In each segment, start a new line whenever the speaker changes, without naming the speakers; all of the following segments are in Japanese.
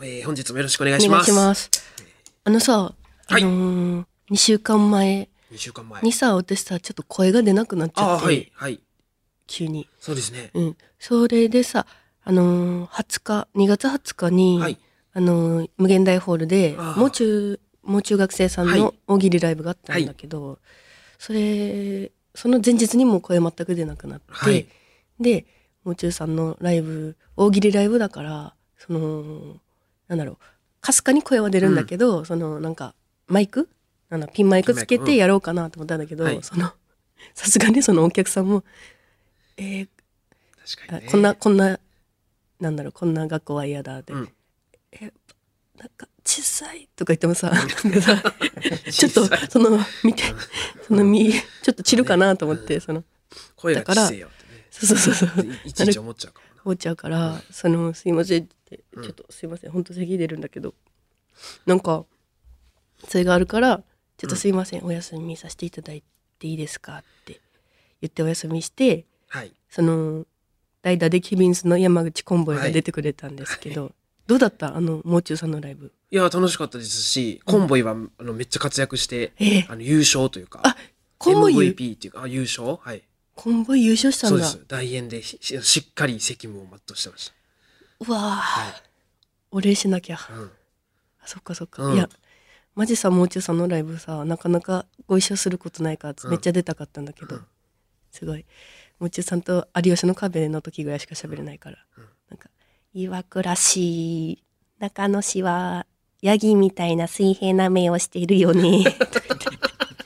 えー本日もよろしくお願
お
いし
願
ま
い
す。
します。あのさ、あ
はい
のー、2週間前
2週間前。
にさ、私さ、ちょっと声が出なくなっち
あ
ゃ
あー、
って、
はい、はい。
急に。
そうですね。
うん。それでさ、あのー、20日、2月20日に、
はい。
あのー、無限大ホールで
あ、ー
もう中、もう中学生さん
は
の大喜利ライブがあったんだけど、それ、その前日にもう声全く出なくなって、
はい
で、もう中さんのライブ、大喜利ライブだから、その、なんだろう、かすかに声は出るんだけど、その、なんか、マイクなんだピンマイクつ
ピ
け
ンマイクう
て
ん
やろうかなと思ったんだけど、
はい
その、さすがにそのお客さんも、えー
確か
あ
に、ね。
こ んな、こんな、なんだろう、こんな学校は嫌だって、
うん
え、なんか、小さいとか言ってもさ、なん かさちょっ
小
と
さい、
その、見て、その、見、ちょっと散るかなと思って、その、
声が小せえよっ
そうそうそうそ
て
う
ね。いいちいち思っちゃうかもな。
思っちゃうから、その、すいませんって、
うん
ちょっとすいません、ほんと咳出るんだけど、なんか、それがあるから、ちょっとすいません、お休みさせていただいていいですかって言ってお休みして、
はい。
その代打でキビンスの山口コンボイが出てくれたんですけど、どうだったあのもう中さんのライブ
いや、楽しかったですし、コンボイは、あの、めっちゃ活躍して、
ええ
あの、優勝というか、
あコンボイ
MVP っていうか、あ、優勝はい。
コンボイ優勝した
そうんで
だ
す。大演でしししっかり責務を全うしてまし
うわー、
はい
お礼しなきゃ
た。うん。
あそっかそっか、
うん
いやマジさもう中さんのライブさなかなかご一緒することないから
うん
めっちゃ出たかったんだけど、
うん
すごいもう中さんと「有吉の壁」の時ぐらいしか喋れないから、
うん
なんか「岩倉市中野市はヤギみたいな水平な目をしている よね」とか言って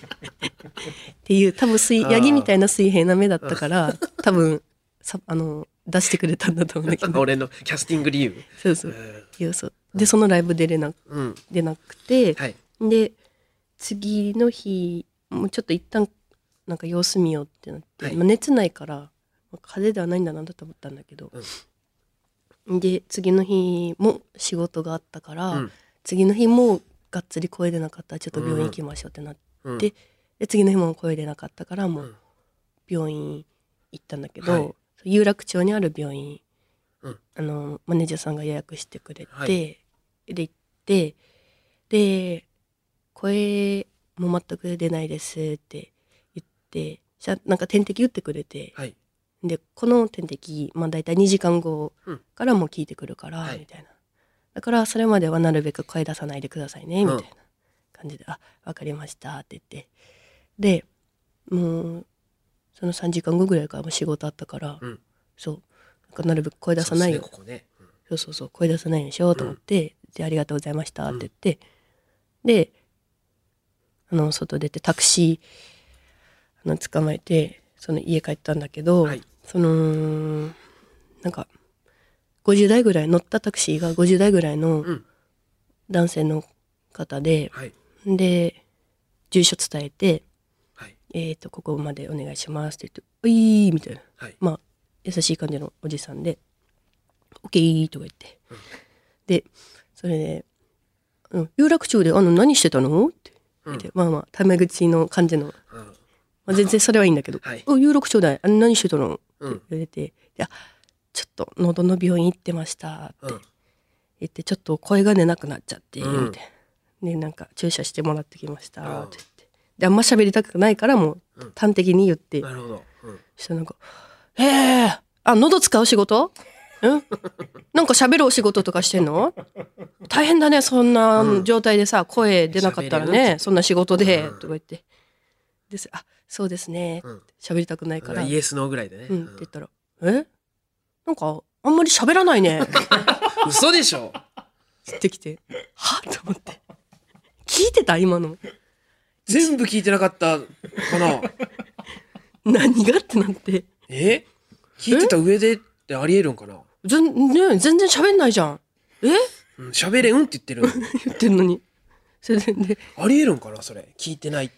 っていう多分水
あー
ヤギみたいな水平な目だったから多分さあの出してくれたんだと思うん だけど
俺のキャスティング理由。
そうそういやそうでそのライブ出れな
うん。
出なくて、
はい。
で次の日もうちょっと一旦なんか様子見ようってなって、
はい
まあ熱ないからまあ風邪ではないんだなと思ったんだけど、で次の日も仕事があったから、
うん
次の日もがっつり声出なかったらちょっと病院行きましょうってなって、
うん。
で次の日も声出なかったからも
う
うん病院行ったんだけど、
はい
有楽町にある病院、
うん
あのマネージャーさんが予約してくれて、
はい
で行ってで声も全く出ないですって言ってじゃなんか点滴打ってくれて、
はい。
でこの点滴、まあ、大体2時間後
うん
からもう効いてくるから、
はい
みたいなだからそれまではなるべく声出さないでくださいね
うん
みたいな感じで「あわかりました」って言ってでもうその3時間後ぐらいからもう仕事あったから、
うん
そうなんかなるべく声出さないよ
そうですねここね。うん
そうそうそう声出さないでしょと思って、でありがとうございましたって言って、であの外出てタクシーあの捕まえてその家帰ったんだけど、
はい
そのなんか50代ぐらい乗ったタクシーが50代ぐらいの
うん
男性の方で、
はい。
で住所伝えて
はい。
「えっ、とここまでお願いします」って言って「おいー」みたいな。
はい。
まあ、優しい感じのおじさんで、オッケーとか言って。で、それで、うん、有楽町で、あの、何してたのって言って、まあまあ、タメ口の感じの、
うん。
まあ、全然それはいいんだけど、
はい
お有楽町で、あの、何してたの
う
って
ん。
言われて、いや、ちょっと喉の病院行ってましたっ
う
て
ん。
言って、ちょっと声が出なくなっちゃって、みたい
うん
な。で、なんか、注射してもらってきました
ああ
って言って。で、あんま喋りたくないから、も
うん
う、端的に言って、
なるほど。うん。
したらなんか「へえあ喉使う仕事んなんか喋るお仕事とかしてんの大変だねそんな
うん
状態でさ、声出なかったら
喋れる
ねそんな仕事で」
うん
とか言って「ですあそうですね
うん」
喋、りたくないから「
イエスノーぐらいでね。
うん」って言ったら「えなんかあんまり喋らないね」
嘘でしょ
ってきて「はっ?」と思って聞いてた今の
全部聞いてなかったかな
何がってなって
え聞いてた上でってありえるんかな
全,、ね、全然喋んないじゃんえ
うん喋れんって言 ってるのに
言ってんのにそれでで
ありえるんかなそれ聞いてない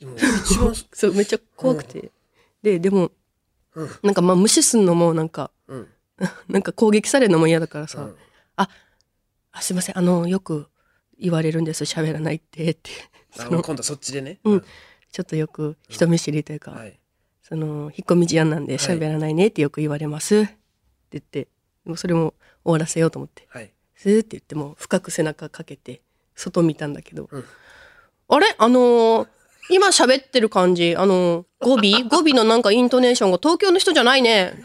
でも一番
そうめっちゃ怖くて、ででも、
うん
なんかまあ無視すんのもなんか
うん
なんか攻撃されるのも嫌だからさ「
うん
あすいませんあのよく言われるんです喋らないって」って
あ
その
今度そっちでね
うんちょっとよく人見知りというか、
はい
その引っ込み思案なんで
はい
喋らないねってよく言われますって言ってもうそれも終わらせようと思って
はい
スーって言ってもう深く背中かけて外見たんだけど、
うん
あれあのー今喋ってる感じあのー語尾語尾のなんかイントネーションが東京の人じゃないね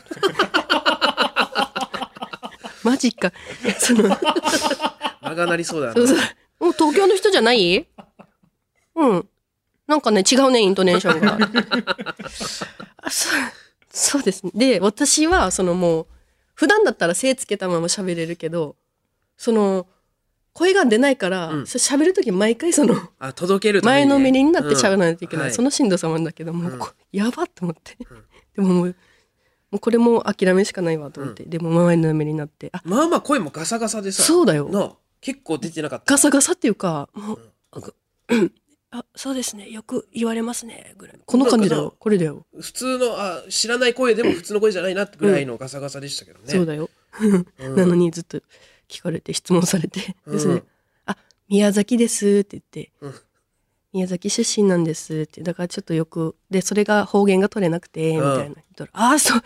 マジかその
間がなりそうだな。
そうそう。もう東京の人じゃないうん。なんかね、違うね、イントネーションが。あそうそうですね。で、私は、そのもう、普段だったら背つけたまま喋れるけど、その、声が出ないから、
うん
そ喋るとき毎回その、
あ、届けるため
前
にね
のめりになって喋らないといけな
う
い。
んはい
そのしんどさもあるんだけど、もう、
うん
こやばっと思って
うん。
でももう、もうこれも諦めしかないわと思って。でも前のめりになって、あ、
まあまあ声もガサガサでさ。
そうだよ。
なあ結構出てなかった。
ガサガサっていうか、もう、あ、そうですね、よく言われますね、ぐらい。この感じだ
なん
よ
か、
これだよ、
普通の、あ、知らない声でも普通の声じゃないなってぐらいのガサガサでしたけどね。
そうだよ。
うん
なのにずっと聞かれて質問されて、
うん
ですね、あ、宮崎ですって言って、
うん
宮崎出身なんですって、だからちょっとよく、で、それが方言が取れなくて、みたいな。
うん
言ったらあ、そう、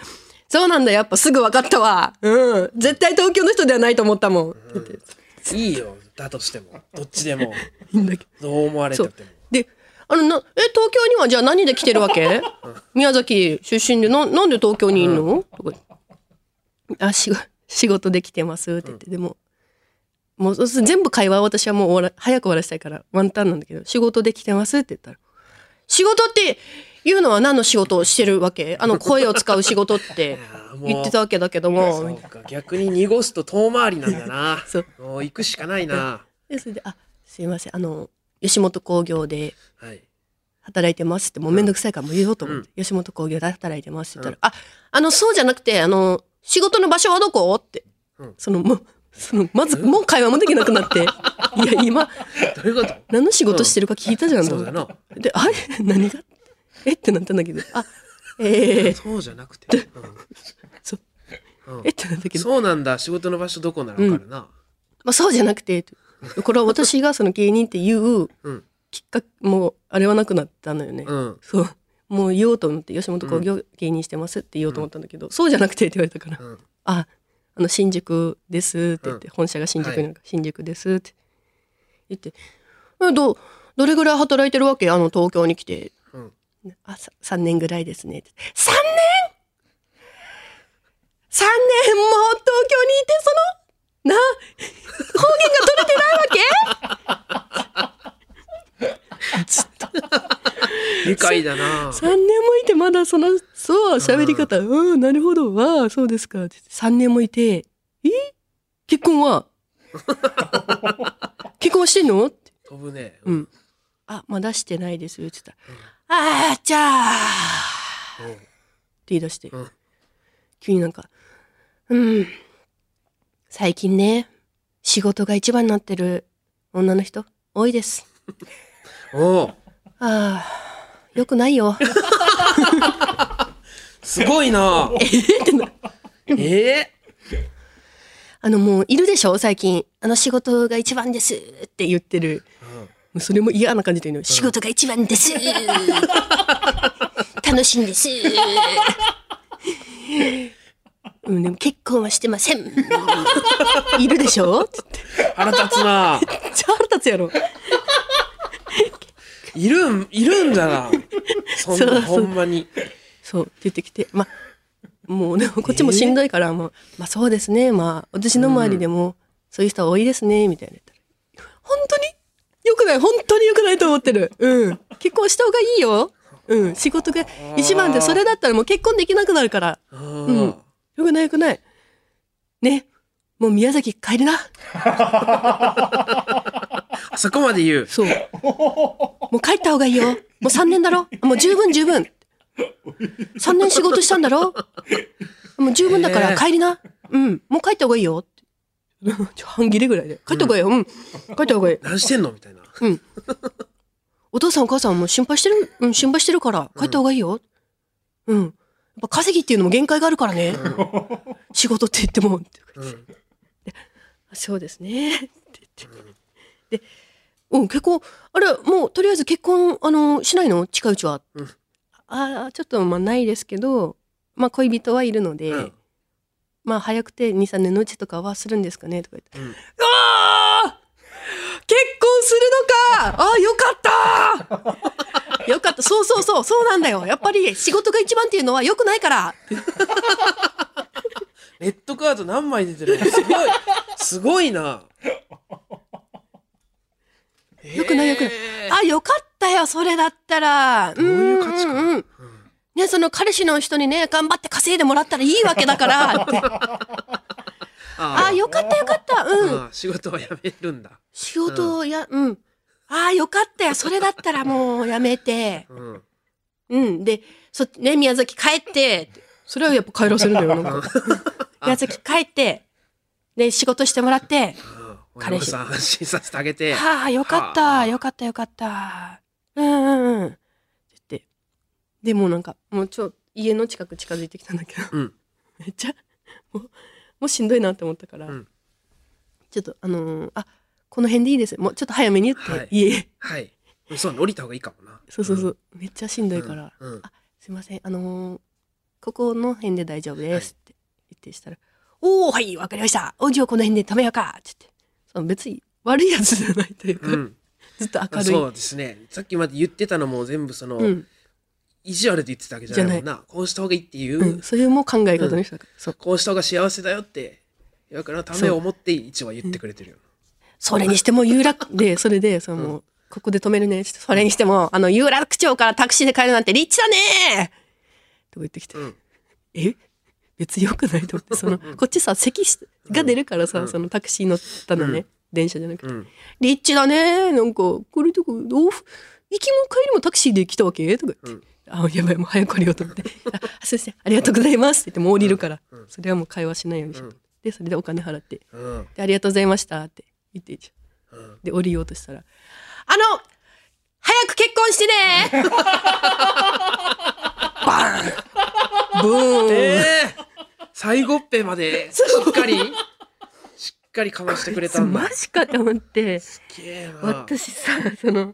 そうなんだ、やっぱすぐ分かったわ。うん、絶対東京の人ではないと思ったもん。って言って
いいよ。だとしても。どっちでも。
いいんだけど。
どう思われたっても。
で、あの、な、え、東京にはじゃあ何で来てるわけ宮崎出身で、な、なんで東京にいんの、とかあ、仕事、仕事で来てますって言って、でも、もう、そうす全部会話は私はもう終わら、早く終わらせたいから、ワンタンなんだけど、仕事で来てますって言ったら、仕事っていうのは何の仕事をしてるわけあの、声を使う仕事って
あー もう
言ってたわけだけど
そ
も
う、か逆に濁すと遠回りなんだ な
そう
もう行くしかないな
でそれで、あ、すいません、あの、吉本興業で、
はい
働いてますってもうめんどくさいからもう言おうと思って、吉本興業で働いてますって言ったら、ああのそうじゃなくてあの仕事の場所はどこって、
うん
そのもうそのまずもう会話もできなくなっていや今
どういうこと
何の仕事してるか聞いたじゃんと
そ
思
う
っ
だ
て、
な
であれ何がえってなったんだけどあえー、
そうじゃなくて、
そ
うんうん
えってなったけど、
そうなんだ仕事の場所どこならわかるな
まあ、そうじゃなくてこれは私がその芸人っていう
うん
きっかけもうあれはなくなったのよね、
うん
そうもう言おうと思って吉本興業芸人してますって言おうと思ったんだけど、そうじゃなくてって言われたから
うん
あ、あの新宿ですって言って、本社が新宿にあるから、新宿ですって言って、えど、どれぐらい働いてるわけあの東京に来て。
うん
あ、さ3年ぐらいですねって。3年 !3 年もう東京にいて、その、な、方言が取れて ないわけずっと
理解だな
3年もいてまだそのそう喋り方うんなるほどわあそうですかって3年もいてえ結婚 は結婚はしてんのって
飛ぶね
うんあまだしてないですって言ったら、ああじゃあ
うん
って言い出して、
うん
急になんか「うん最近ね仕事が一番になってる女の人多いです
おう
ああよくないよ」
すごい なえ
あのもういるでしょ最近。あの仕事が一番ですって言ってる。もうそれも嫌な感じで言うの。仕事が一番です楽しいんですうん、でも結婚はしてませんいるでしょつって。
え腹立つな
めっちゃ腹立つやろ。
いるんいるんだなそん
そうそ
な
う
ほんまに
そう、出てきて。ま、もうでもこっちもしんどいから、まあ、まあそうですね。まあ私の周りでもそういう人は多いですね、みたいな言ったら。本当に良くない、本当に良くないと思ってる。うん。結婚した方がいいよ。うん。仕事が一番で、それだったらもう結婚できなくなるから。
うん
うん良くない良くない。ね。もう宮崎帰りな。
あそこまで言う
そう。もう帰った方がいいよ。もう3年だろもう十分十分。3年仕事したんだろもう十分だから帰りな。うん。もう帰った方がいいよって。ちょ半切れぐらいで。帰った方がいいよ。うん。帰った方がいい。
何してんのみたいな
うん。お父さんお母さんもう心配してる、うん、心配してるから帰った方がいいよ。うん。やっぱ稼ぎっていうのも限界があるからね。仕事って言っても。
うん
そうですね。って言って。で、うん、結婚、あれ、もうとりあえず結婚、あの、しないの近いうちは。
うん
ああ、ちょっと、まあ、ないですけど、まあ、恋人はいるので、
うん
まあ早くて23年のうちとかはするんですかねとか言って、
うん
うわー結婚するのかあーよかった よかったそうそうそうそうなんだよやっぱり仕事が一番っていうのは良くないから
レッドカード何枚出てるのすごい。すごいな。
よくないよくない
えー
あよかったよそれだったら
どういう価値観
うんうんうんねその彼氏の人にね頑張って稼いでもらったらいいわけだから ってあ
あ
ーよかったよかったうん
あ仕事は辞めるんだ。
仕事をや、うん。ああ、よかったよ。それだったらもうやめて。
うん。
うん。で、そ、ね、宮崎帰って。それはやっぱ帰らせるんだよ、なんか。 宮崎帰って。で、仕事してもらって。
彼
彼
氏
氏
さん安心させてあげて。
はあ、よかっ
はあ
た、よかった、よかった。うんうんうん。って言って。でもうなんか、もうちょ、家の近く近づいてきたんだけど。
うん。
めっちゃもうもうしんどいなって思ったから、
うん
ちょっとあのーあこの辺でいいですもうちょっと早めに言って、
はい
い、え
はい。そう降りた方がいいかもな。
そうそうそう、めっちゃしんどいから、
うん。うん。
あすいませんあのーここの辺で大丈夫ですって言ってしたら「おおはいわかりましたおじをこの辺で止めようか」って言ってその別に悪いやつじゃないというか、
うん
ずっと明るい
そうですね。さっきまで言ってたのも全部その、
うん
意地悪で言ってたわけじゃないもんな。こうした方がいいっていう、
うん、そういうもう考え方の人だから、そう
こうした方が幸せだよって、岩倉のためを思って一応は言ってくれてるよ。
それにしても有楽で、それで、その もう、ここで止めるねって。それにしても、あの、有楽町からタクシーで帰るなんてリッチだねとか言ってきて、
うん
え別に良くないと思って、その、こっちさ、席しが出るからさ、そのタクシー乗ったのね、
うん
電車じゃなくて。
うん。
リッチだねなんか、これとこ、往復、行きも帰りもタクシーで来たわけとか言って。あ、やばい、もう早く降りようと思って。あ、すいません、ありがとうございますって言って、もう降りるから。それはもう会話しないようにしようとで、それでお金払って。
うん。
でありがとうございましたって言って
うん
で降りようとしたら「あの早く結婚してね! 」バーンブーン、
ええ最後っぺまで、しっか り、しっかりかましてくれたんだ。
マジかと思って
すげえな。
私さその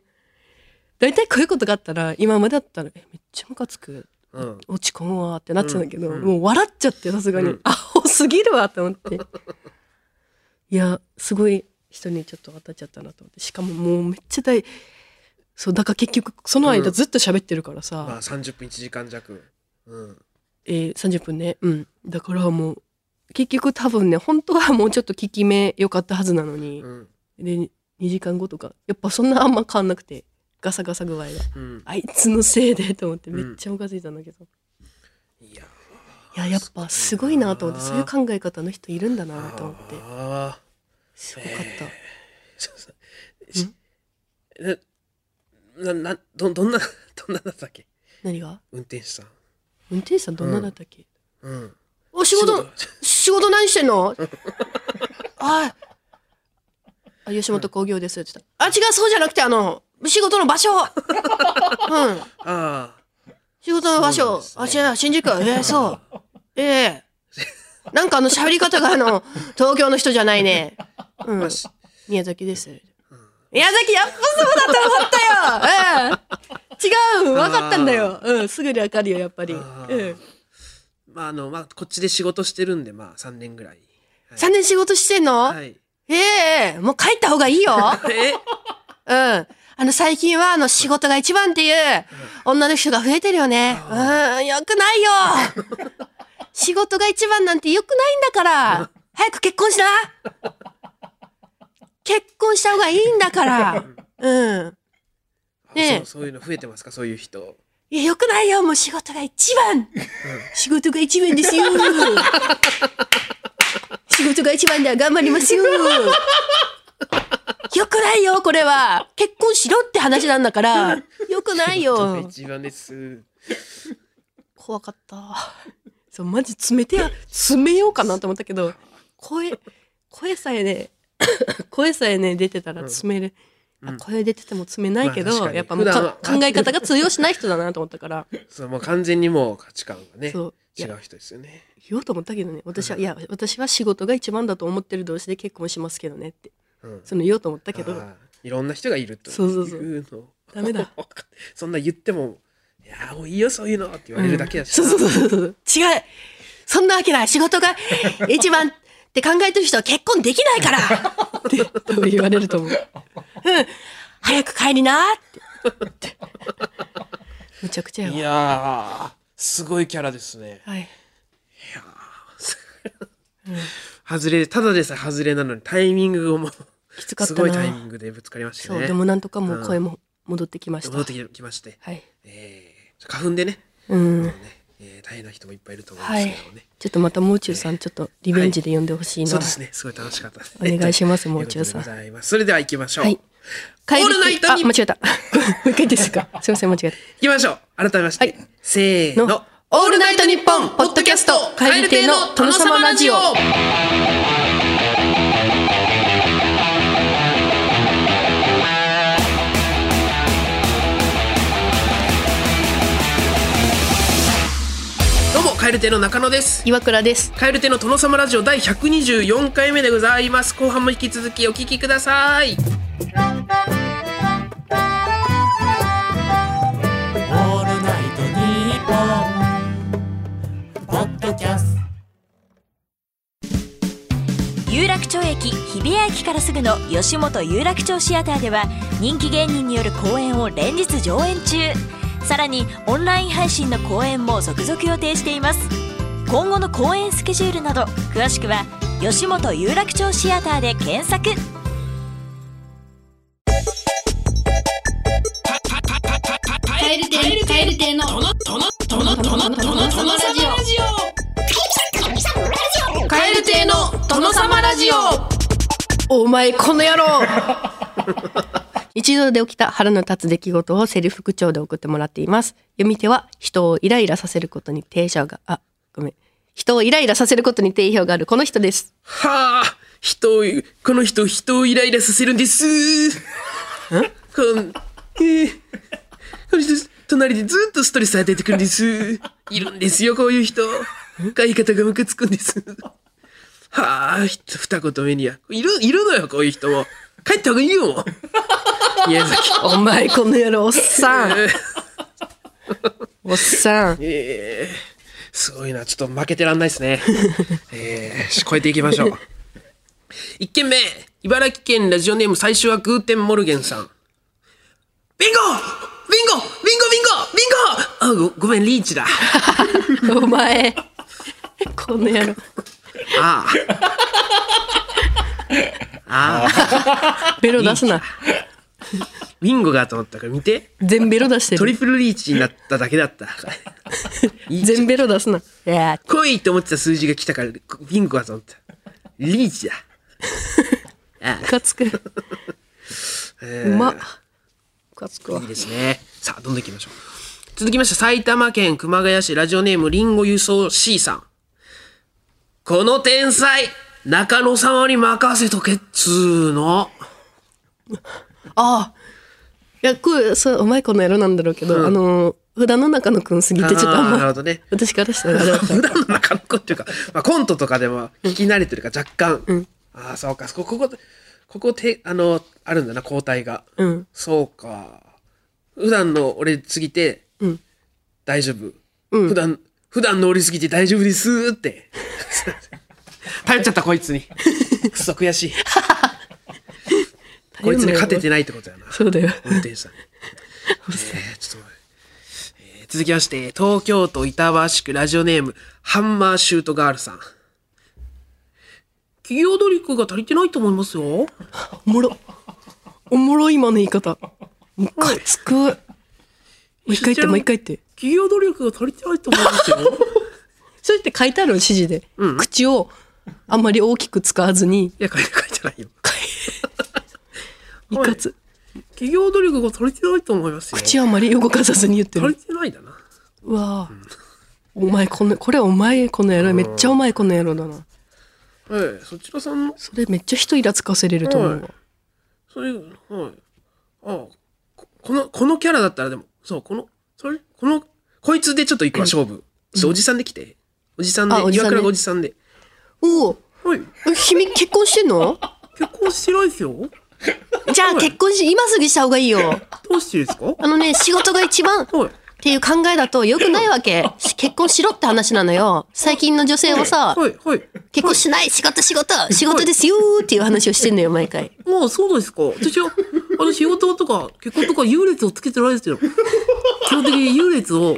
大体こういうことがあったら今までだったら「えめっちゃムカつく
うん。
落ち込むわ」ってなっちゃうんだけど、
うんうん
もう笑っちゃってさすが
う
に、
ん
アホすぎるわと思っていやすごい人にちょっと当たっちゃったなと思ってしかももうめっちゃ大そうだから結局その
う
間
ん
ずっと喋ってるからさ、
まあ30分1時間弱。うん。
えー、30分ねうんだからもう結局多分ね本当はもうちょっと効き目良かったはずなのに
う、ん。
で2時間後とかやっぱそんなあんま変わんなくてガサガサ具合が
うん。
あいつのせいでと思って
うん
めっちゃムカついたんだけど、
いや。
いややっぱすごいなと思ってそういう考え方の人いるんだなと思って
ああ。
すごかった、
そうそうしな、な、など、どんな、 どんなだったっけ
何が
運転手さん。
運転手さんどんなだったっけ、
うん。
お仕事仕事何して んのああ吉本興業ですって言ったあ違うそうじゃなくてあの仕事の 場所うん
ああ。
仕事の場
そうなん
所、
ですね
あ、違う、新宿、ええそう。ええなんかあの喋り方があの、東京の人じゃないね。うん。宮崎です。宮崎、やっぱそうだと思ったよ、ええ違う、分かったんだよ。うん、すぐに分かるよ、やっぱり。うん。
あーまあ、あの、まあ、こっちで仕事してるんで、まあ、3年ぐらい。はい
3年仕事してんの、
はい。
ええもう帰った方がいいよ。
え
うん。あの、最近は、あの、仕事が一番っていう、女の人が増えてるよね。うん、よくないよ仕事が一番なんてよくないんだから早く結婚しな結婚した方がいいんだからうん。ねえ
そうそういうの増えてますかそういう人。
いや、よくないよもう仕事が一番仕事が一番です よ仕事が一番だ頑張りますよよくないよこれは結婚しろって話なんだからよくないよ
一番です。
怖かったそうマジ詰めてや詰めようかなと思ったけど声声さえね 声さえね出てたら詰める、あ声出てても詰めないけど、
まあ確かに
やっぱもうか
普段は
考え方が通用しない人だなと思ったから、
そう、もう完全にもう価値観がね、
そうい
違
や
う人ですよね。
言おうと思ったけどね私は、いや私は仕事が一番だと思ってる同士で結婚しますけどねって
うん。
その言おうと思ったけど
あーいろんな人がいるという
そうそうそう
のを
ダ メだ
そんな言っても「いやーもういいよそういうの」って言われるだけだし、
そうそうそうそう違うそんなわけない仕事が一番って考えてる人は結婚できないからって多分言われると思う。うん。早く帰りなって。むちゃくちゃ
い
よ。
やー、すごいキャラですね。
はい。
外れ、ただでさえ外れなのにタイミングをもう
きつかっ
す
た
ごい
な。
タイミングでぶつかりました
そう、
ね。
でもなんとかもう声も戻ってきました。
戻ってきまして、
はい。
えー、花粉でね、
うん。
ねえー大変な人もいっぱいいると思うんですけどもね。
ちょっとまたもう中さん、ちょっとリベンジで呼んでほしいな。
そうですね、すごい楽しかったです、ね。
お願いします
とうことで
もう中さん
ございますそれでは行きましょう。
はい
行。
帰り
オールナイト
あ、
ニッ
間違えた。 もう一回で すか。すいません、間違え
きましょう。改めまして、
はい
せ
た。
ーの。
オールナイトニッポンポッドキャスト帰り亭の殿様ラジオ。
どうも、カエル亭の中野です。
岩倉です。
カエル亭の殿様ラジオ第124回目でございます。後半も引き続きお聞きくださ
オ
い。
ールナイトニッポン」ポッドキャスト
有楽町駅日比谷駅からすぐの吉本有楽町シアターでは人気芸人による公演を連日上演中さらにオンライン配信の公演も続々予定しています今後の公演スケジュールなど詳しくは吉本有楽町シアターで検索
カエル亭カエル亭のトノトノトノトノトノトノラジオカエル亭の殿様ラジオ
お前、この野郎 一度で起きた腹の立つ出来事をセリフ口調で送ってもらっています。読み手は人をイライラさせることに定評が、あ、ごめん。人をイライラさせることに定評があるこの 人です。
はあ、人を、この人、人をイライラさせるんです。こん、えーこの人、隣でずっとストレス与えてくるんです。いるんですよ、こういう人。買い方がムカつくんです。はあ、ひ二言目には。いる、いるのよ、こういう人も。帰った方がいいよ、もう。宮崎。
お前、この野郎、おっ さん。
えー
おっさん。
えーすごいな。ちょっと負けてらんないです ね。えー、超えていきましょう。一件目、茨城県ラジオネーム最終はグーテンモルゲンさん。ビンゴビンゴビンゴビンゴビンゴあご、ごめん、リーチだ。
お前、この野郎。
ああ。ああ。
ベ ロ出すな。
ビンゴがと思ったから見て。
全ベロ出して
ト
る。
リプルリーチになっただけだ った。
全ベロ出すな。いやー
来いと思ってた数字が来たから、ビンゴがと思った。リーチだ。
ムカつく。うまっ。ムカつくわ
いい。ですね。さあ、どんどん行きましょう。続きまして、埼玉県熊谷市ラジオネームリンゴ輸送 C さん。この天才、中野様に任せとけっつーの。
ああ。いや、こう、そう、お前この野郎なんだろうけど、あのー、普段の中野くんすぎて、ちょっとあん
あーなる
ま、
ほどね。
私からしたらあれだった。
普段の中野くんっていうか、まあ、コントとかでも聞き慣れてるから若干。ああ、そうか。ここ、ここ、ここて、あの、あるんだな、交代が。
うん。
そうか。普段の俺すぎて、大丈夫。普段、普段の俺すぎて大丈夫ですっ て。頼っちゃったこいつに。くそ悔 しい。こいつに勝ててないってことやな。
そうだよ。
運転手 さん。えーちょっと待ってえー続きまして、東京都板橋区ラジオネーム、ハンマーシュートガールさん。企業努力が足りてないと思いますよ。
おもろ。おもろい今の言い方。ムカつく。もう一回言って、もう一回言って。
企業努力が足りてないと思い ますよ。
それって書いてあるの指示で。口をあんまり大きく使わずに、
いや、書いて書いてないよ。
いかつ。
企業努力が足りてないと思いますよ。
口をあんまり動かさずに言って
足り
る。
てないだな。
うわぁ。お前この、これお前この野郎、めっちゃお前この野郎だな。
ええ、そちらさんの、
それめっちゃ人イラつかせれると思うわ。
それ、はい。ああ、ここの、このキャラだったらでも、そう、この、それ、この、こいつでちょっと行くわ、勝負。ちょっとおじさんで来て。おじさんで
あ、おじさ
岩
んね
倉がおじさんで。
おお
はい。
君結婚してんの
結婚してないですよ。
じゃあ結婚し今すぐした方がいいよ
どうしてですか
あのね仕事が一番
はい。
っていう考えだと良くないわけ。し結婚しろって話なのよ。最近の女性はさ、
はい、はい。
結婚しない仕事仕事仕事ですよーっていう話をしてんのよ、毎回。
ああ、そうですか。私は、あの仕事とか結婚とか優劣をつけてないですよ。 基本的に優劣を。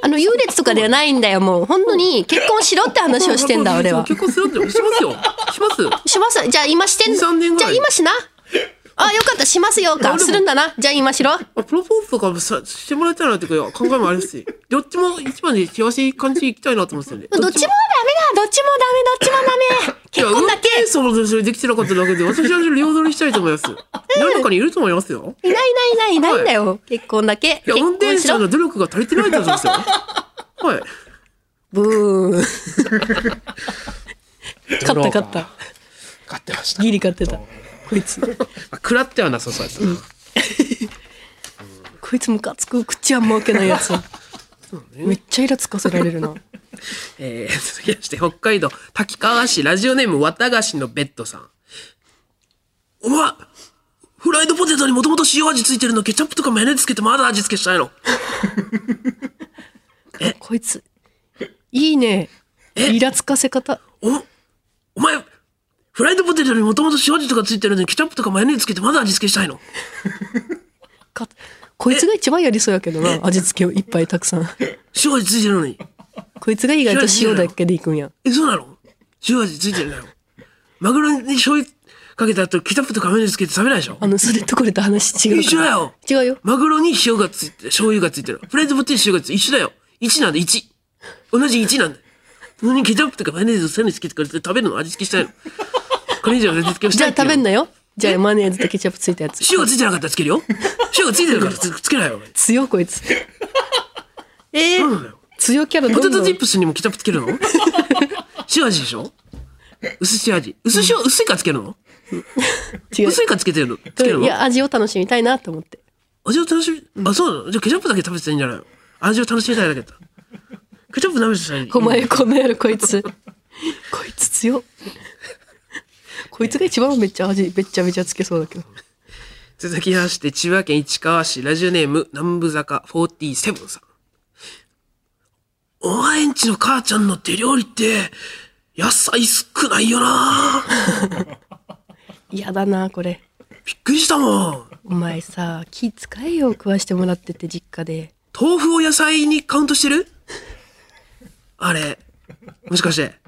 あの、優劣とかではないんだよ、もう。本当に、結婚しろって話をしてんだ、俺は。
結婚するって、しますよ。します。
しますじゃあ今してん
2 3年ぐ
じゃ
ら
あ
い
今しな。 あ、よかった、しますよ
あ
か。
でも
するんだな。じゃあ今しろ。
あプロポーズとかもさしてもらいたいなっていうか考えもあります し、どっちも一番で幸せい感じでいきたいなと思ってたんで。
どっちもダメだどっちもダメどっち もダメ
いや、
結婚だけ
運転手さんの女性できてなかっただけで、私は両取りしたいと思います。世の中にいると思いますよ。
いないいないいないいないんだよ。結婚だけ。
いや、
結
運転
婚
手
し
さん
ろ
の。努力が足りてないってことですよ。はい。
ブーン。 勝った勝った。
勝ってまし
ギリ勝ってた。こいつ。
た。食らってはなさそうです。
こいつムカつく。口あんま開けないやつ。めっちゃイラつかせられるな。
えー、続きまして、北海道滝川市ラジオネーム綿菓子のベッドさん。お前、フライドポテトにもともと塩味ついてるの、ケチャップとかマヨネーズつけてまだ味付けしたいの。
こいつ。いいね。イラつかせ方。
お、お前、フライドポテトにもともと塩味とかついてるのに、ケチャップとかマヨネーズつけてまだ味付けしたいの。
かこいつが一番やりそうやけどな。味付けをいっぱいたくさん。
塩味ついてるのに。
こいつが意外と塩だけでいくんや。
え、そうなの塩味ついてるんだよ。マグロに醤油かけた後、ケチャップとかマヨネーズつけて食べないでしょ
あの、それとこれと話違う
一
か
緒だ
ら。
よ。
違うよ。
マグロに塩がついて、醤油がついてる。フライドポテトに塩がついてる。一緒だよ。1なんだ、1。同じ1なんだ。のにケチャップとかマヨネーズをさらにつけてくれて食べるの味付けしたいの。これ以上味付けをし
じ
た
ゃあ
いっていう
食べんなよ。じゃあマヨネーズとケチャップついたやつ。
塩がついてなかったらつけるよ。塩がついてるからつつけないよ。
強いこいつ。ええ
そうなんだよ
強キャラど
ポ
んど
テ
ん
トチップスにもケチャップつけ るの塩味でしょ薄塩味。薄塩、薄いからつけるの
違う
薄いからつけてるのつけるの
いや、味を楽しみたいなと思って。
味を楽しみ、あ、そうなのじゃあケチャップだけ食べてたらいいんじゃないの味を楽しみたいだけだった。ケチャップ舐めてたら いい。
お前、この野郎こ いつ。こいつ強。こいつが一番めっちゃ味、べっちゃべちゃつけそうだけど。
続きまして、千葉県市川市、ラジオネーム、南部坂47さん。お前んちの母ちゃんの手料理って、野菜少ないよな
嫌だな、これ。
びっくりしたもん。
お前さ、気使えよ、食わしてもらってて、実家で。
豆腐を野菜にカウントしてるあれ、もしかして。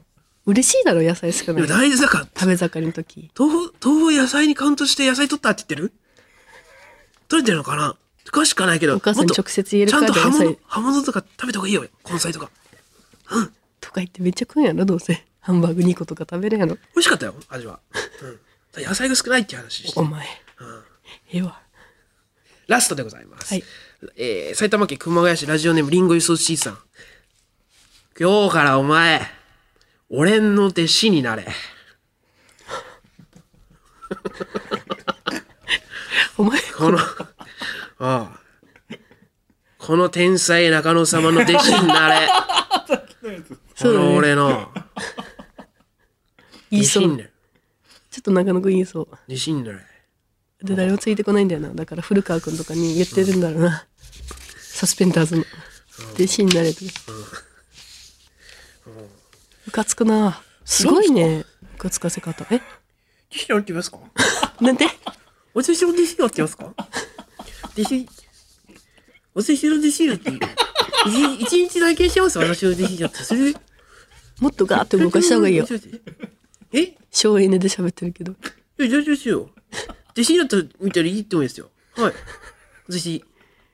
嬉しいだろ、野菜少
で
な
も
い。
大豆だから、
食べ盛りの時。
豆腐、豆腐を野菜にカウントして野菜取ったって言ってる取れてるのかな詳しくはないけど、
お母さんに
もっと
直接言えるか
ちゃんと刃
じゃあ野
物
菜、
刃物とか食べた方がいいよ、根菜とか。
とか言ってめっちゃ食うんやろ、どうせ。ハンバーグ2個とか食べるやろ。
美味しかったよ、味は。うん。ただ野菜が少ないっていう話して
お。前。ええわ。
ラストでございます。
はい
えー埼玉県熊谷市ラジオネームリンゴ輸送シーさん。今日からお前、俺の弟子になれ。
お前、
この、ああ。この天才中野様の弟子にな れ。こ
そうだ
の
ね。
俺の
言い
弟
そ
子に
う。
なれ。
ちょっと中野くん言いそう。
弟子になれ。
で誰もついてこないんだよなだから古川君とかに言ってるんだろうなサスペンダーズの弟子になれとかムカつくなすごいねムカつかせ方え
弟子になってますか
なんで
私の弟子になってますか弟子、私の弟子になって、一一日体験してます、私の弟子になって。それで
もっとガーって動かした方がいいよ
え
省エネで喋ってるけど
え、大丈夫ですよ。弟子になったみたいでいいと思いますよ。はい。私、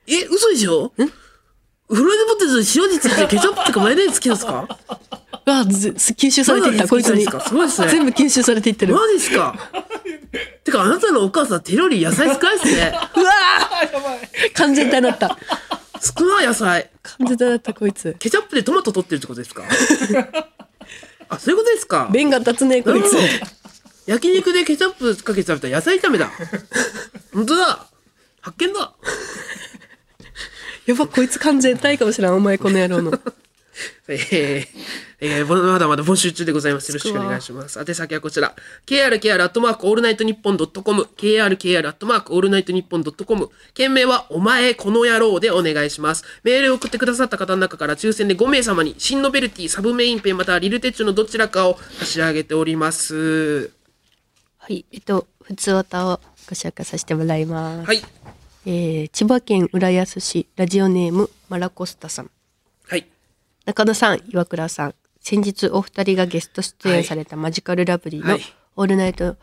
え、嘘でしょフライドポテトに塩についてケチャップとかマヨネーズつけますか
わあぜ吸収されていった
そ
こ
う
いつ
なんで
に
すかそうですね
全部吸収されていってるうわ
マジっすかてか、あなたのお母さん手料理野菜少ないっすね。
ー完全体だった
少ない野菜。
完全体だったこいつ
ケチャップでトマト取ってるってことですかあ、そういうことですか
弁が立つねこ
ないるほ
つ
ど焼肉でケチャップかけて食べた野菜炒めだ。本当だ発見だ
やばこいつ完全体かもしれんお前この野郎の
えーえーぼまだまだ募集中でございます。よろしくお願いします。宛先はこちら。krkr アットマークオールナイトニッポンドットコム。krkr アットマークオールナイトニッポンドットコム。件名はお前この野郎でお願いします。メールを送ってくださった方の中から抽選で5名様に新ノベルティ、サブメインペンまたはリルテッチュのどちらかを差し上げております。
はい、えっと、普通おたをご紹介させてもらいます。
はい。
えー千葉県浦安市、ラジオネーム、マラコスタさん。
はい。
中野さん、岩倉さん、先日お二人がゲスト出演されたマジカルラブリー
は
の
い
オールナイト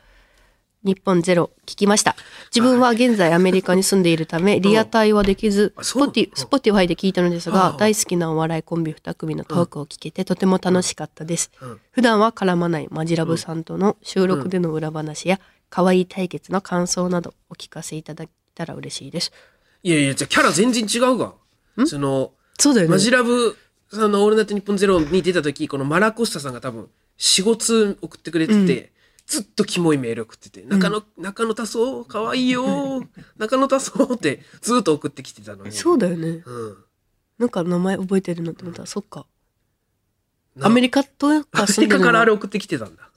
日本ゼロ聞きました。自分は現在アメリカに住んでいるため、リアタイはできず、
あ
ス
そう
ポ
なの
ティ、スポティファイで聞いたのです
あ
が
あ、
大好きなお笑いコンビ二組のトークを聞けてとても楽しかったです
うん。
普段は絡まないマジラブさんとの収録での裏話や、可愛い対決の感想などお聞かせいただけたら嬉しいです。
いやいや、じゃあキャラ全然違うが。その、
そうだよね
マジラブさんの「オールナイトニッポンゼロに出た時このマラコスタさんが多分45通送ってくれてて、ずっとキモいメール送ってて「中野中野多層かわいいよ 中野多層」ってずっと送ってきてたのに
そうだよね。
うん
なんか名前覚えてるなと思ったら、そっか。
な
アメリカと
ア
か
メ
住
リ
んで
カ
る
からあれ
の
送ってきてたんだ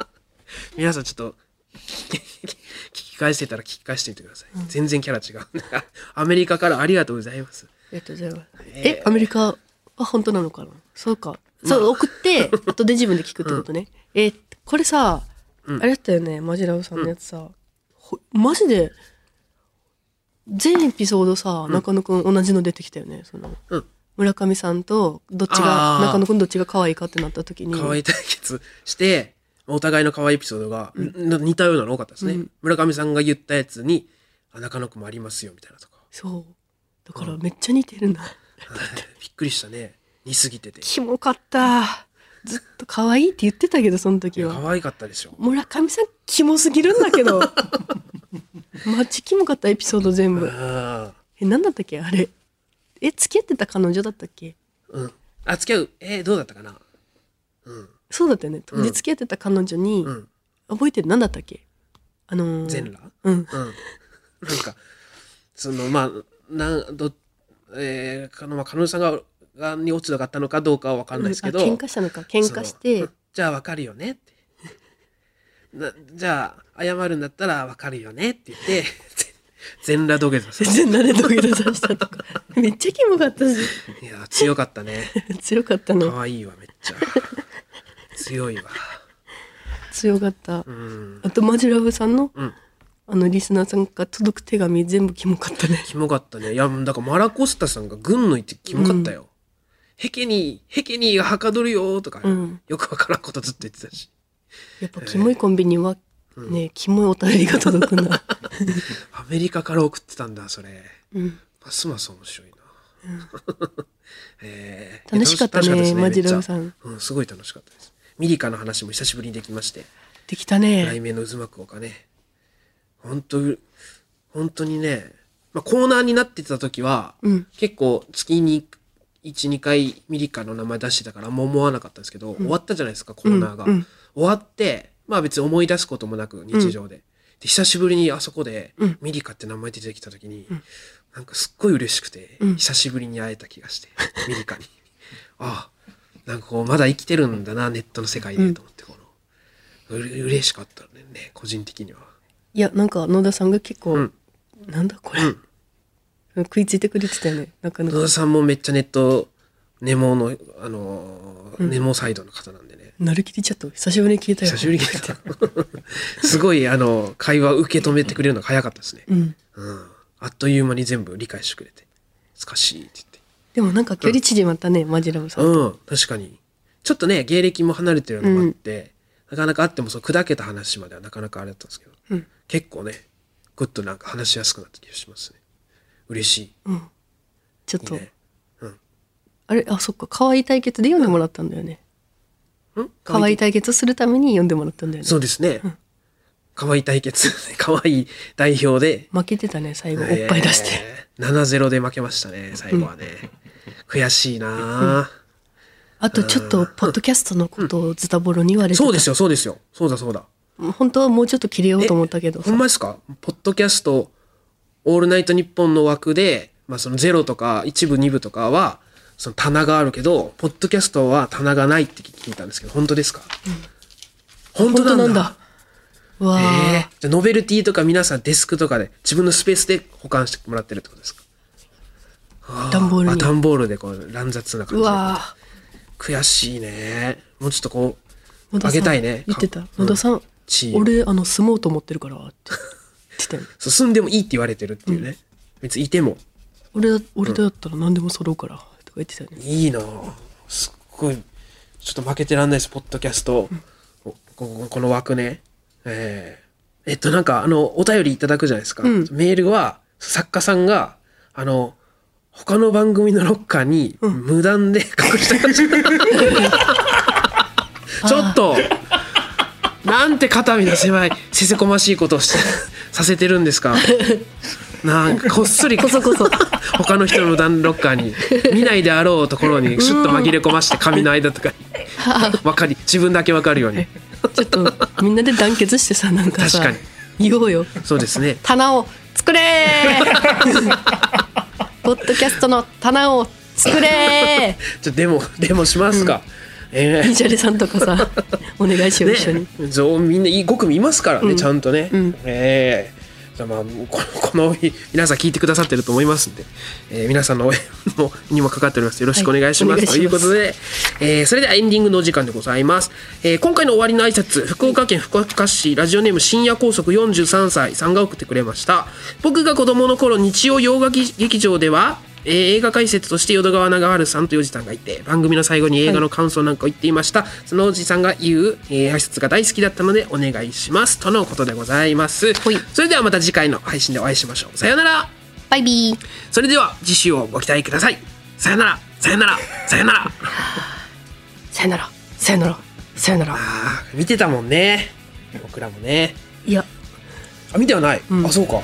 皆さんちょっと聞き返してたら聞き返してみてください、全然キャラ違うん だアメリカからありがとうございます
えっとじゃあえアメリカは本当なのかなそうかそう 送って後で自分で聞くってことねえこれさあれだったよねマジラブさんのやつさほマジで全エピソードさ中野くん同じの出てきたよねその
うん
村上さんとどっち
あ
が
ー
中野くんどっちが可愛いかってなった時に
可愛い対決して、お互いの可愛いエピソードが、な似たようなの多かったですね、村上さんが言ったやつに「あ中野くんもありますよ」みたいなと か
そうだからめっちゃ似てるんだ
びっくりしたね似すぎててい
キモかったずっと可愛いって言ってたけどその時
や
は
可愛かったでしょ
村上さんキモすぎるんだ けどマジキモかったエピソード全部
あ
え何だったっけあれえ付き合ってた彼女だったっけ
ーうんあ付き合うえーどうだったかな
そうだったよね当時付き合ってた彼女に、
うん
覚えてる何だったっけあのー
全裸
うん
うんなんかそのまあなんどえー、かのまあ彼女さんががに落ち度があったのかどうかは分かんないですけど、
あ喧嘩したのか喧嘩し
そ
て
のじゃあわかるよねって なじゃあ謝るんだったらわかるよねって言って 全全裸土下座する
全裸で土下座させたと かめっちゃキモかったし
いや強かったね
強かったの
可愛いわめっちゃ強いわ
強かった
うん
あとマジラブさんの、
うん
あのリスナーさんから届く手紙全部キモかったね
キモかったねいやだからマラコスタさんが群抜いてキモかったよ、ヘケニーヘケニーがはかどるよとか、
うん
よくわからんことずっと言ってたし
やっぱキモいコンビニはね、キモいお便りが届くん だ。
アメリカから送ってたんだそれ
うん
ますます面白いな、 えー
楽しかったね
楽です
マジラブさん
めっちゃうんすごい楽しかったですミリカの話も久しぶりにできまして
できた
来
ね。
年の渦巻くおかね本当本当にね、まあ、コーナーになってた時は、
うん
結構月に12回ミリカの名前出してたからもう思わなかったんですけど、終わったじゃないですかコーナーが、
うんうん
終わってまあ別に思い出すこともなく日常で,、で久しぶりにあそこでミリカって名前出てきた時に、なんかすっごい嬉しくて、久しぶりに会えた気がしてミリカに ああなんかこうまだ生きてるんだなネットの世界でと思ってこの。うれ嬉しかったね個人的には。
いや、なんか野田さんが結構、
うん
なんだこれ、食いついてくれてたよね。なかなか
野田さんもめっちゃネットネモのあのーネモサイドの方なんでね。
なるきりちょっと久しぶりに聞いたよ。
久しぶりに聞いた。 すごいあの会話受け止めてくれるのが早かったですね。
うん。
うん。あっという間に全部理解してくれて。難しいって言って。
でもなんか距離縮まったね、マジラブさん。
うん、確かに。ちょっとね、芸歴も離れてるのもあって、なかなかあってもそう砕けた話まではなかなかあれだったんですけど、結構ね、ぐっとなんか話しやすくなった気がしますね。嬉しい。
ちょっと。
いいね
あれあ、そっか。可愛い対決で読んでもらったんだよね。
うん
可愛い対決するために読んでもらったんだよね
そ。うですね。可愛い対決、 可愛い代表で、
負けてたね、最後。おっぱい出して。
えー。7-0で負けましたね、最後はね。悔しいなぁ
あとちょっと、ポッドキャストのことをズタボロに言われてた。
そうですよ、そうですよ。そうだ、そうだ。
本当はもうちょっと切れようと思ったけどさ。
ほんまですかポッドキャスト、オールナイトニッポンの枠で、まあそのゼロとか、一部、二部とかは、その棚があるけど、ポッドキャストは棚がないって聞いたんですけど、本当ですか、本当なんだ。
本当なんだわあ、
ええじゃあノベルティとか皆さんデスクとかで自分のスペースで保管してもらってるってことですか
段ボール
あ
に。
段ボールでこう乱雑な感
う
じで
わあ、
悔しいねもうちょっとこう
野田
あ
さん
げたいね
言って
か
た。野田さん、
チーム
俺、あの、住もうと思ってるから、って言っ てたよ。
そう住んでもいいって言われてるっていうね、別にいても
俺だ、俺とやったら何でも揃うから、とか言って たよね。
いいなあすっごいちょっと負けてらんないですポッドキャスト、こここの枠ねえええっとなんかあのお便りいただくじゃないですか、
ん
メールは作家さんがあの他の番組のロッカーに無断で隠してました、ちょっとなんて肩身の狭いせせこましいことをしてさせてるんですかなんかこっそり
こそこそ。
他の人の無断ロッカーに見ないであろうところにシュッと紛れ込まして髪の間とかにわかり自分だけわかるように
ちょっと、みんなで団結してさ、なんかさ、
確か
言おうよ。
そうですね
棚を作れ ーポッドキャストの棚を作れー
じゃでもでもしますか、 え
ジャレさんとかさ、お願いし
え
よう、一緒に。
ねそうみんないい5組いますからね、ちゃんとね、
ん
ええじゃあまあこ のこの皆さん聞いてくださってると思いますんで、えー皆さんの応援もにもかかっております よろしくお願いします,、
はいお願いします
ということで、えーそれではエンディングのお時間でございます、えー今回の終わりの挨拶福岡県福岡市ラジオネーム深夜高速43歳さんが送ってくれました僕が子供の頃日曜洋画劇場ではえー映画解説として淀川長春さんと四時さんがいて番組の最後に映画の感想なんかを言っていました、そのおじさんが言う、えー、挨拶が大好きだったのでお願いしますとのことでございます
い
それではまた次回の配信でお会いしましょうさようなら
バイビー。
それでは次週をご期待くださいさよならさよならさよな ら
さよなら、さよなら、さよなら。
あー見てたもんね僕らもね
いや、
あ見てはない、あそうか